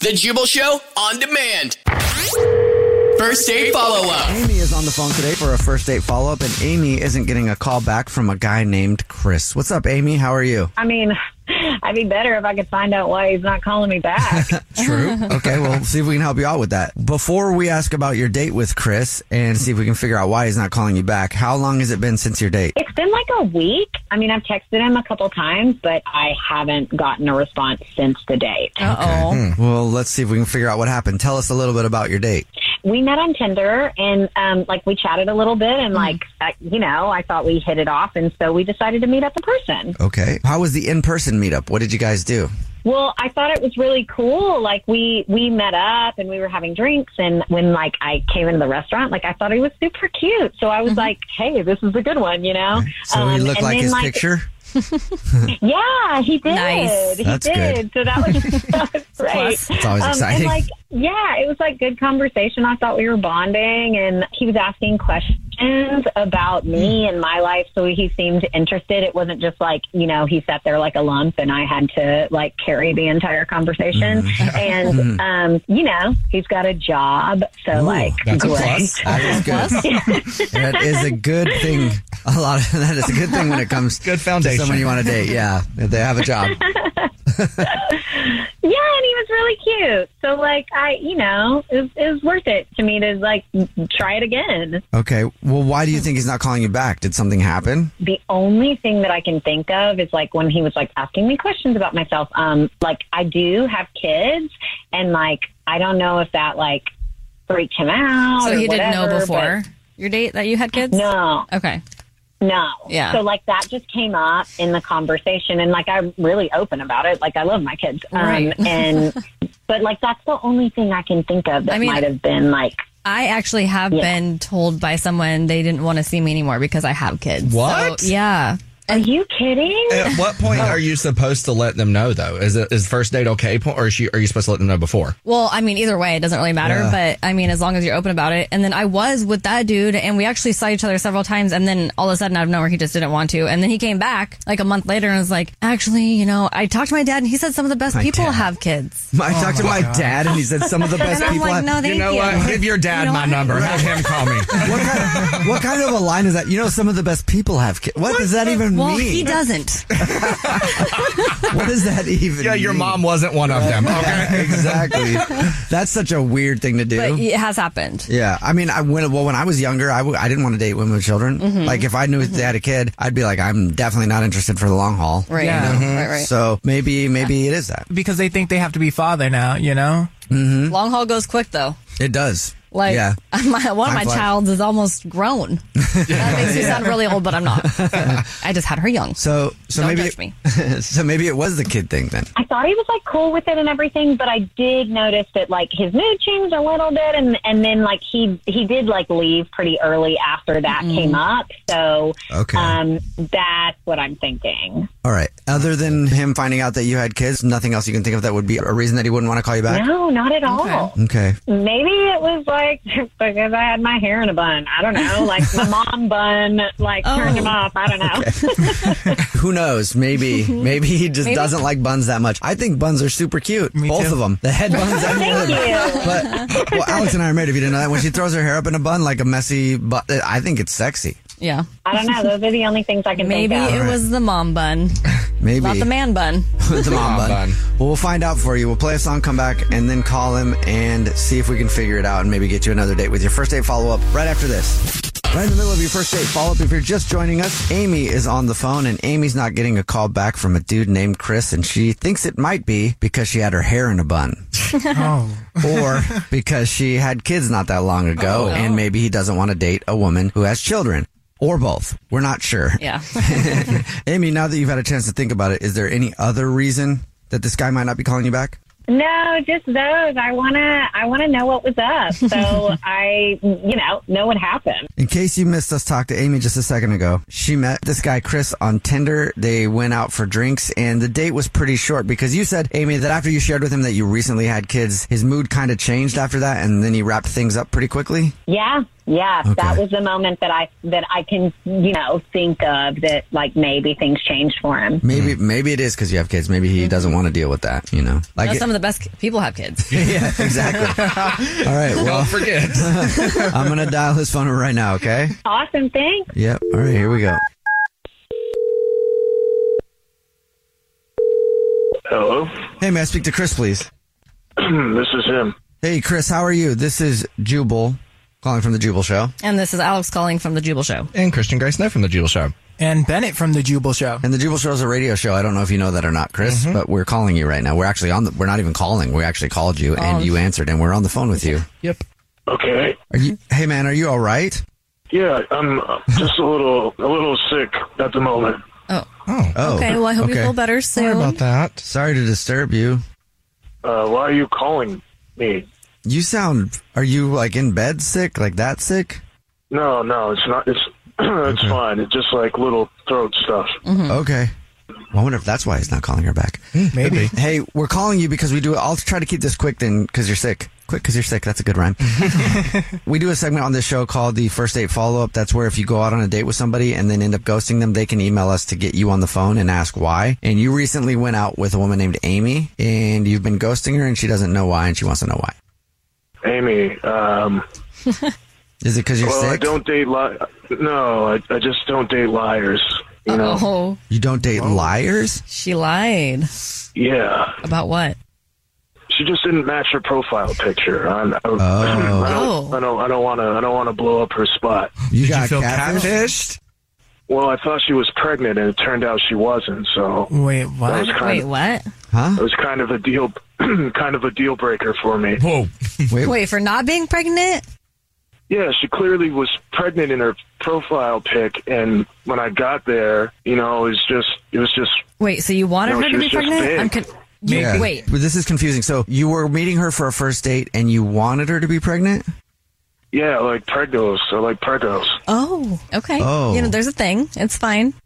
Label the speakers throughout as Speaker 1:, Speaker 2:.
Speaker 1: The Jubal Show on demand. First date follow up.
Speaker 2: Amy is on the phone today for a first date follow up, and Amy isn't getting a call back from a guy named Chris. What's up, Amy? How are you?
Speaker 3: I mean, I'd be better if I could find out why he's not calling me back.
Speaker 2: True. okay, well, see if we can help you out with that. Before we ask about your date with Chris and see if we can figure out why he's not calling you back, how long has it been since your date?
Speaker 3: it's been like a week. I mean, I've texted him a couple times, but I haven't gotten a response since the date.
Speaker 4: Uh-oh.
Speaker 2: Hmm. Well, let's see if we can figure out what happened. Tell us a little bit about your date.
Speaker 3: We met on Tinder and um, like we chatted a little bit and like, I, you know, I thought we hit it off. And so we decided to meet up in person.
Speaker 2: Okay. How was the in person meetup? What did you guys do?
Speaker 3: Well, I thought it was really cool. Like we we met up and we were having drinks and when like I came into the restaurant, like I thought he was super cute. So I was like, "Hey, this is a good one," you know. Um,
Speaker 2: So he looked
Speaker 3: and
Speaker 2: like
Speaker 3: then,
Speaker 2: his picture?
Speaker 3: Yeah, he did.
Speaker 4: Nice.
Speaker 3: He
Speaker 2: That's
Speaker 3: did. So that was, that was great.
Speaker 4: plus.
Speaker 2: It's always
Speaker 3: Um, and
Speaker 2: exciting.
Speaker 3: like, yeah, it was like good conversation. I thought we were bonding, and he was asking questions about me
Speaker 2: Hmm.
Speaker 3: and my life. So he seemed interested. It wasn't just like you know he sat there like a lump, and I had to like carry the entire conversation.
Speaker 2: Hmm.
Speaker 3: And um, you know, he's got a job, so
Speaker 2: Ooh,
Speaker 3: like
Speaker 2: that's a
Speaker 3: great.
Speaker 2: plus. That is good. that is a good thing. A lot of that is a good thing when it comes
Speaker 5: Good
Speaker 2: to
Speaker 5: foundation.
Speaker 2: someone you want to date. Yeah, that they have a job.
Speaker 3: Yeah, and he was really cute. So like I, you know, it was, it was worth it to me to like try it again.
Speaker 2: Okay. Well, why do you think he's not calling you back? Did something happen?
Speaker 3: The only thing that I can think of is like when he was like asking me questions about myself. Um, like I do have kids, and like I don't know if that like freaked him out.
Speaker 4: So
Speaker 3: or
Speaker 4: he didn't know
Speaker 3: whatever,
Speaker 4: before your date that you had kids?
Speaker 3: but No,
Speaker 4: Okay.
Speaker 3: no.
Speaker 4: Yeah.
Speaker 3: So like that just came up in the conversation, and like I'm really open about it. Like I love my kids, um,
Speaker 4: Right.
Speaker 3: and but like that's the only thing I can think of that
Speaker 4: I mean-
Speaker 3: might have been like.
Speaker 4: I actually have been told by someone they didn't want to see me anymore because I have kids.
Speaker 5: What?
Speaker 4: So, yeah.
Speaker 3: Are you kidding?
Speaker 2: Eh,
Speaker 5: At what point are you supposed to let them know though? Is it is first date okay point or is you, are you supposed to let them know before?
Speaker 4: Well, I mean, either way, it doesn't really matter.
Speaker 5: Yeah.
Speaker 4: But I mean, as long as you're open about it. And then I was with that dude, and we actually saw each other several times. And then all of a sudden, out of nowhere, he just didn't want to. And then he came back like a month later and was like, "Actually, you know, I talked to my dad, and he said some of the best
Speaker 2: My
Speaker 4: people
Speaker 2: dad.
Speaker 4: have kids." Oh
Speaker 2: I talked to my dad, and he said some of the best
Speaker 4: And I'm
Speaker 2: people.
Speaker 4: like,
Speaker 2: I-
Speaker 4: "No, thank you."
Speaker 5: you know what? Give your dad
Speaker 4: You know
Speaker 5: my
Speaker 4: what?
Speaker 5: number. Have him call me.
Speaker 2: what, kind of, what kind of a line is that? You know, some of the best people have kids. What, does that even
Speaker 4: Well,
Speaker 2: mean?
Speaker 4: he doesn't.
Speaker 2: What does that even?
Speaker 5: Yeah, your
Speaker 2: mean?
Speaker 5: mom wasn't one of them. Okay.
Speaker 2: Yeah, exactly. That's such a weird thing to do.
Speaker 4: But it has happened.
Speaker 2: Yeah, I mean, I when well when I was younger, I, w- I didn't want to date women with children.
Speaker 4: Mm-hmm.
Speaker 2: Like if I knew they had a kid, I'd be like, I'm definitely not interested for the long haul.
Speaker 4: Right.
Speaker 6: Yeah.
Speaker 4: Mhm. Right, right.
Speaker 2: So maybe maybe it is that
Speaker 6: because they think they have to be father now, you know?
Speaker 4: Long haul goes quick though.
Speaker 2: Mm-hmm. it does.
Speaker 4: Like
Speaker 2: yeah,
Speaker 4: my, one
Speaker 2: Time
Speaker 4: of my
Speaker 2: flies.
Speaker 4: childs is almost grown. That makes me sound really old, but I'm not. I just had her young.
Speaker 2: so so
Speaker 4: Don't
Speaker 2: maybe
Speaker 4: judge me.
Speaker 2: so maybe it was the kid thing then.
Speaker 3: I thought he was like cool with it and everything, but I did notice that like his mood changed a little bit, and and then like he he did like leave pretty early after that came up. So
Speaker 2: Okay.
Speaker 3: um, that's what I'm thinking.
Speaker 2: All right. Other than him finding out that you had kids, nothing else you can think of that would be a reason that he wouldn't want to call you back.
Speaker 3: No, not at all.
Speaker 2: Okay.
Speaker 3: Maybe it was like because I had my hair in a bun. I don't know, like my mom bun like turned
Speaker 2: Oh.
Speaker 3: him off. I don't know.
Speaker 2: Who knows? Maybe maybe he just doesn't like buns that much. I think buns are super cute. Both
Speaker 6: too.
Speaker 2: of them. The head buns. and the
Speaker 3: Thank
Speaker 2: other bun.
Speaker 3: you.
Speaker 2: But well, Alex and I are married. If you didn't know that, when she throws her hair up in a bun like a messy, but I think it's sexy.
Speaker 4: Yeah.
Speaker 3: I don't know. Those are the only things I can
Speaker 4: Maybe
Speaker 3: think of.
Speaker 4: it was the mom bun,
Speaker 2: Maybe
Speaker 4: not the man bun.
Speaker 2: the mom bun.
Speaker 5: bun.
Speaker 2: Well, we'll find out for you. We'll play a song, come back, and then call him and see if we can figure it out and maybe get you another date with your first date follow up right after this. Right in the middle of your first date follow up, if you're just joining us, Amy is on the phone and Amy's not getting a call back from a dude named Chris, and she thinks it might be because she had her hair in a bun.
Speaker 6: Oh.
Speaker 2: or because she had kids not that long ago and maybe he doesn't want to date a woman who has children or both. We're not sure.
Speaker 4: Yeah.
Speaker 2: Amy, now that you've had a chance to think about it, is there any other reason that this guy might not be calling you back?
Speaker 3: No, just those. I wanna, I wanna know what was up. So I, you know, know what happened.
Speaker 2: In case you missed us talk to Amy just a second ago, she met this guy Chris on Tinder. They went out for drinks and the date was pretty short because you said, Amy, that after you shared with him that you recently had kids, his mood kind of changed after that and then he wrapped things up pretty quickly.
Speaker 3: Yeah, yeah. That
Speaker 2: Okay.
Speaker 3: was the moment that I, that I can, you know, think of that like maybe things changed for him.
Speaker 2: Maybe maybe it is because you have kids. Maybe he doesn't want to deal with that, you know. Like
Speaker 4: You know,
Speaker 2: it-
Speaker 4: some of the best ki- people have kids.
Speaker 2: yeah, exactly. All right, well,
Speaker 5: Don't forget.
Speaker 2: I'm going to dial his phone number right now, okay?
Speaker 3: Awesome. Thanks.
Speaker 2: Yep. All right, here we go.
Speaker 7: Hello,
Speaker 2: Hey, may I speak to Chris, please?
Speaker 7: this is him.
Speaker 2: Hey, Chris, how are you? This is Jubal calling from the Jubal Show.
Speaker 4: And this is Alex calling from the Jubal Show.
Speaker 5: and Christian Gray Snow from the Jewel Show.
Speaker 6: And Bennett from the Jubal Show.
Speaker 2: And the Jubal Show is a radio show. I don't know if you know that or not, Chris,
Speaker 5: Mm-hmm.
Speaker 2: but we're calling you right now. We're actually on the, we're not even calling. We actually called you and you answered and we're on the phone with you.
Speaker 5: Yep.
Speaker 7: Okay.
Speaker 2: Are you, hey man, are you all right?
Speaker 7: Yeah, I'm uh, just a little, a little sick at the moment.
Speaker 4: Oh.
Speaker 2: Oh,
Speaker 4: Okay. Well, I hope you feel better soon.
Speaker 5: Sorry about that.
Speaker 2: Sorry to disturb you.
Speaker 7: Uh, why are you calling me?
Speaker 2: You sound, are you like in bed sick? Like that sick?
Speaker 7: No, no, it's not. It's it's fine. It's just like little throat stuff.
Speaker 4: Mm-hmm.
Speaker 2: Okay. I wonder if that's why he's not calling her back.
Speaker 6: Maybe.
Speaker 2: Hey, we're calling you because we do. I'll try to keep this quick then, because you're sick. Quick, because you're sick. That's a good rhyme. we do a segment on this show called the first date follow up. That's where if you go out on a date with somebody and then end up ghosting them, they can email us to get you on the phone and ask why. And you recently went out with a woman named Amy, and you've been ghosting her, and she doesn't know why, and she wants to know why.
Speaker 7: Amy, um,
Speaker 2: Is it because you're
Speaker 7: well, I
Speaker 2: sick?
Speaker 7: don't date li- No, I, I just don't date liars. You know?
Speaker 4: Oh,
Speaker 2: you don't date liars.
Speaker 4: she lied
Speaker 7: Yeah,
Speaker 4: about what?
Speaker 7: she just didn't match her profile picture. I, I,
Speaker 2: Oh.
Speaker 7: I don't, I don't, I don't want to, I don't want to blow up her spot.
Speaker 2: You
Speaker 5: Did you
Speaker 2: got
Speaker 5: feel
Speaker 2: catfish?
Speaker 5: catfished?
Speaker 7: Well, I thought she was pregnant, and it turned out she wasn't. So
Speaker 6: Wait,
Speaker 7: that was
Speaker 6: what?
Speaker 7: kind
Speaker 4: Wait,
Speaker 7: of
Speaker 4: what?
Speaker 7: It was kind of a deal, kind of a deal breaker for me.
Speaker 5: Whoa.
Speaker 4: Wait, for not being pregnant?
Speaker 7: Yeah, she clearly was pregnant in her profile pic, and when I got there, you know, it was just, it was just,
Speaker 4: Wait, so you wanted
Speaker 7: No,
Speaker 4: her
Speaker 7: she
Speaker 4: to be
Speaker 7: was just
Speaker 4: pregnant?
Speaker 7: big.
Speaker 4: I'm con- you, Wait.
Speaker 2: But this is confusing. So you were meeting her for a first date, and you wanted her to be pregnant.
Speaker 7: yeah, I like pregos. I like pregos.
Speaker 4: Oh, okay.
Speaker 2: Oh.
Speaker 4: You know, there's a thing. It's fine.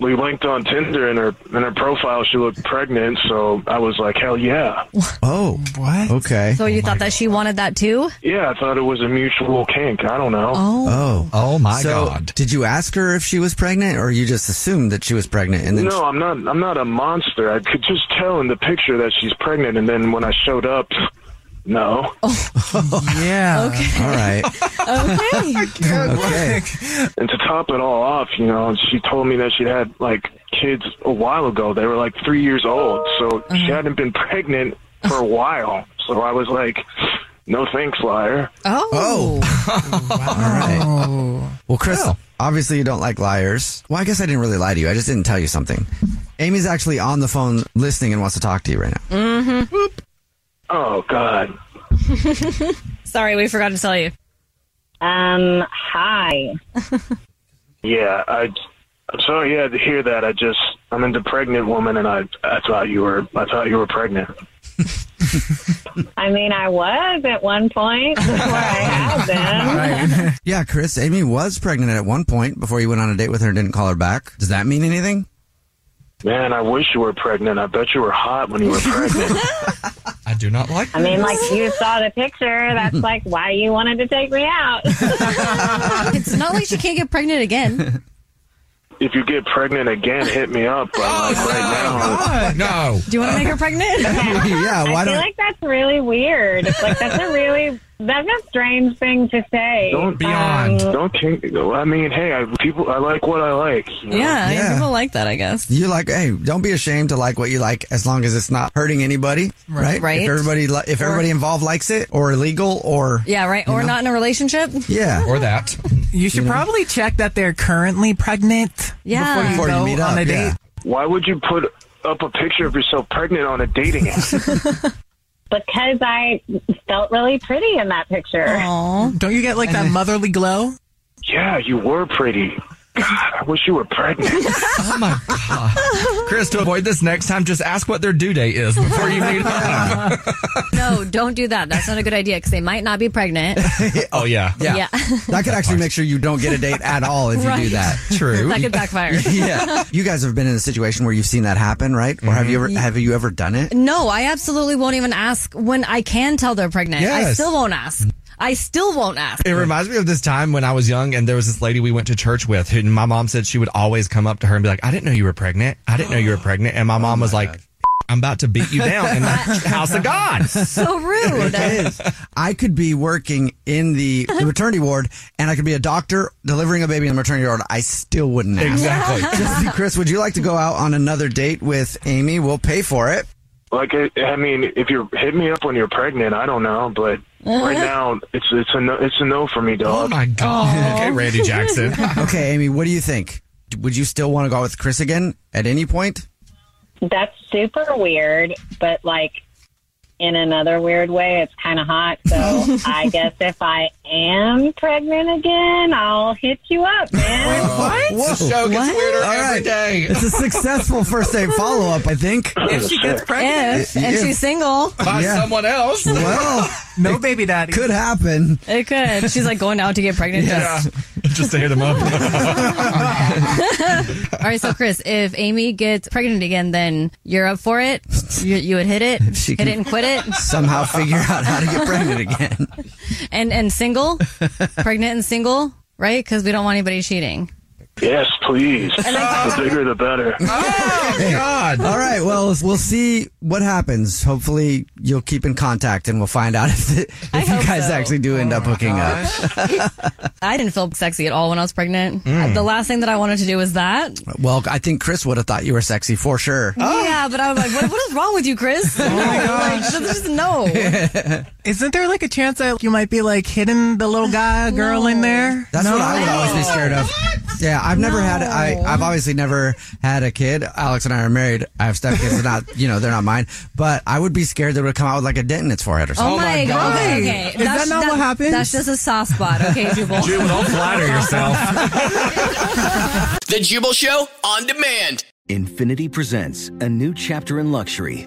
Speaker 7: We linked on Tinder, and her in her profile, she looked pregnant, so I was like, hell yeah,
Speaker 2: Oh,
Speaker 6: What?
Speaker 2: okay. Oh
Speaker 4: So you thought that she wanted that too?
Speaker 7: yeah. I thought it was a mutual kink. I don't know.
Speaker 4: Oh.
Speaker 2: Oh.
Speaker 5: Oh my
Speaker 2: so,
Speaker 5: God.
Speaker 2: did you ask her if she was pregnant, or you just assumed that she was pregnant? And then
Speaker 7: No, I'm not. I'm not a monster. I could just tell in the picture that she's pregnant, and then when I showed up, No.
Speaker 2: Oh.
Speaker 6: yeah.
Speaker 4: Okay.
Speaker 2: All right. okay.
Speaker 7: And to top it all off, you know, she told me that she had like kids a while ago. They were like three years old, so she
Speaker 2: Uh-huh.
Speaker 7: hadn't been pregnant for a while. So I was like, "No thanks, liar."
Speaker 4: Oh.
Speaker 2: Well, Chris, obviously you don't like liars. Well, I guess I didn't really lie to you. I just didn't tell you something. Amy's actually on the phone listening and wants to talk to you right now.
Speaker 4: Mm-hmm.
Speaker 7: Oh God.
Speaker 4: Sorry, we forgot to tell you.
Speaker 3: Um, hi.
Speaker 7: Yeah, I. I'm sorry you had to hear that. I just I'm into pregnant woman, and I I thought you were I thought you were pregnant.
Speaker 3: I mean, I was at one point before I had them.
Speaker 4: Mm-hmm.
Speaker 2: Yeah, Chris, Amy was pregnant at one point before you went on a date with her and didn't call her back. Does that mean anything?
Speaker 7: Man, I wish you were pregnant. I bet you were hot when you were pregnant.
Speaker 5: I do not like.
Speaker 3: I mean, like you saw the picture. That's like why you wanted to take me out.
Speaker 4: It's not like she can't get pregnant again.
Speaker 7: if you get pregnant again, hit me up. I'm like, right now,
Speaker 5: No.
Speaker 4: Do you want to make her pregnant?
Speaker 2: yeah, why
Speaker 3: I feel
Speaker 2: don't
Speaker 3: like that's really weird. It's like that's a really that's a strange thing to say. Um,
Speaker 7: don't Uh,
Speaker 5: Beyond.
Speaker 7: Don't kink. I mean, hey, I, people, I like what I like. you know?
Speaker 4: yeah,
Speaker 2: Yeah.
Speaker 4: people like that, I guess.
Speaker 2: you like? Hey, don't be ashamed to like what you like as long as it's not hurting anybody, right?
Speaker 4: Right.
Speaker 2: If everybody, li- if everybody involved likes it, or illegal, or
Speaker 4: Yeah, right. Or not in a relationship.
Speaker 2: yeah.
Speaker 5: Or that.
Speaker 6: You should probably check that they're currently pregnant
Speaker 4: Yeah.
Speaker 6: before you
Speaker 2: Before you
Speaker 6: go
Speaker 2: meet up,
Speaker 6: on a
Speaker 2: yeah.
Speaker 6: date.
Speaker 7: Why would you put up a picture of yourself pregnant on a dating app?
Speaker 3: Because I felt really pretty in that picture.
Speaker 4: Aw.
Speaker 6: Don't you get like that motherly glow?
Speaker 7: yeah, you were pretty. God, I wish you were pregnant.
Speaker 5: Oh my god. Chris, to avoid this next time, just ask what their due date is before you meet them.
Speaker 4: No, don't do that. That's not a good idea because they might not be pregnant.
Speaker 5: oh yeah.
Speaker 2: Yeah.
Speaker 4: Yeah.
Speaker 2: that could actually make sure you don't get a date at all if you do
Speaker 4: Right.
Speaker 2: that.
Speaker 5: True.
Speaker 4: that could backfire.
Speaker 2: yeah. You guys have been in a situation where you've seen that happen, right? Or
Speaker 5: Mm-hmm.
Speaker 2: have you ever have you ever done it?
Speaker 4: No, I absolutely won't even ask when I can tell they're pregnant. I
Speaker 5: Yes.
Speaker 4: still won't ask. I still won't ask.
Speaker 5: It reminds me of this time when I was young and there was this lady we went to church with who my mom said she would always come up to her and be like, I didn't know you were pregnant. I didn't know you were pregnant. And my mom was like, I'm about to beat you down in the house of God.
Speaker 4: So rude. Uh-huh.
Speaker 2: I could be working in the, the maternity ward and I could be a doctor delivering a baby in the maternity ward. I still wouldn't ask.
Speaker 5: Exactly.
Speaker 2: Jesse, Chris, would you like to go out on another date with Amy? We'll pay for it.
Speaker 7: like, I, I mean, if you hit me up when you're pregnant, I don't know, but
Speaker 4: Uh-huh.
Speaker 7: right now it's it's a no, it's a no for me,
Speaker 5: Oh
Speaker 7: dog.
Speaker 5: my God. Okay, Randy Jackson.
Speaker 2: Okay, Amy, what do you think? Would you still want to go out with Chris again at any point?
Speaker 3: That's super weird, but like in another weird way, it's kind of hot. So I guess if I am pregnant again, I'll hit you up, man.
Speaker 2: What? Whoa.
Speaker 5: gets weirder
Speaker 2: All right. It's a successful first date follow up, I think.
Speaker 6: If she gets pregnant,
Speaker 4: If, and
Speaker 2: If.
Speaker 4: she's single,
Speaker 5: By
Speaker 2: Yeah.
Speaker 5: someone else.
Speaker 2: Well,
Speaker 6: no baby daddy.
Speaker 2: could happen.
Speaker 4: it could. She's like going out to get pregnant. Just.
Speaker 5: Just to hit him up.
Speaker 4: All right, so Chris, if Amy gets pregnant again, then you're up for it. You, you would hit it,
Speaker 2: She
Speaker 4: hit
Speaker 2: can-
Speaker 4: it and quit it,
Speaker 2: Somehow figure out how to get pregnant again.
Speaker 4: and and single, pregnant and single, right? Because we don't want anybody cheating.
Speaker 7: Yes, please. the bigger, the better.
Speaker 5: Oh, God.
Speaker 2: All right. Well, we'll see what happens. Hopefully, you'll keep in contact, and we'll find out if the,
Speaker 4: I
Speaker 2: if you
Speaker 4: hope
Speaker 2: guys
Speaker 4: so.
Speaker 2: actually do end up hooking
Speaker 4: I didn't feel sexy at all when I was pregnant.
Speaker 2: Mm.
Speaker 4: The last thing that I wanted to do was that.
Speaker 2: up. Well, I think Chris would have thought you were sexy for sure.
Speaker 4: Yeah, but I'm like, what, what is wrong with you, Chris? Oh my gosh. Like, just no.
Speaker 6: Isn't there like a chance that you might be like hitting the little guy girl in there?
Speaker 2: That's what I would always be scared of. Yeah, I've never had. I, I've obviously never had a kid. Alex and I are married. I have stepkids. They're not, you know, they're not mine. But I would be scared they would come out with like a dent in its forehead or something.
Speaker 4: Oh, my god. Okay, okay.
Speaker 6: Is that not what happens?
Speaker 4: That's just a soft spot, okay, Jubal?
Speaker 5: Dude, don't flatter yourself.
Speaker 1: The Jubal Show on demand.
Speaker 8: Infinity presents a new chapter in luxury,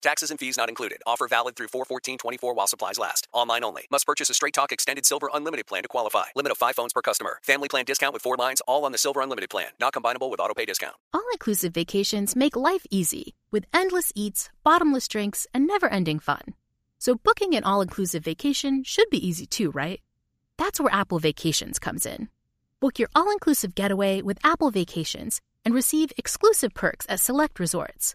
Speaker 1: Taxes and fees not included. Offer valid through 41424 while supplies last. Online only. Must purchase a Straight Talk Extended Silver Unlimited plan to qualify. Limit of 5 phones per customer. Family plan discount with 4 lines all on the Silver Unlimited plan. Not combinable with auto pay discount.
Speaker 9: All inclusive vacations make life easy with endless eats, bottomless drinks, and never ending fun. So, booking an all inclusive vacation should be easy too, right? That's where Apple Vacations comes in. Book your all inclusive getaway with Apple Vacations and receive exclusive perks at select resorts.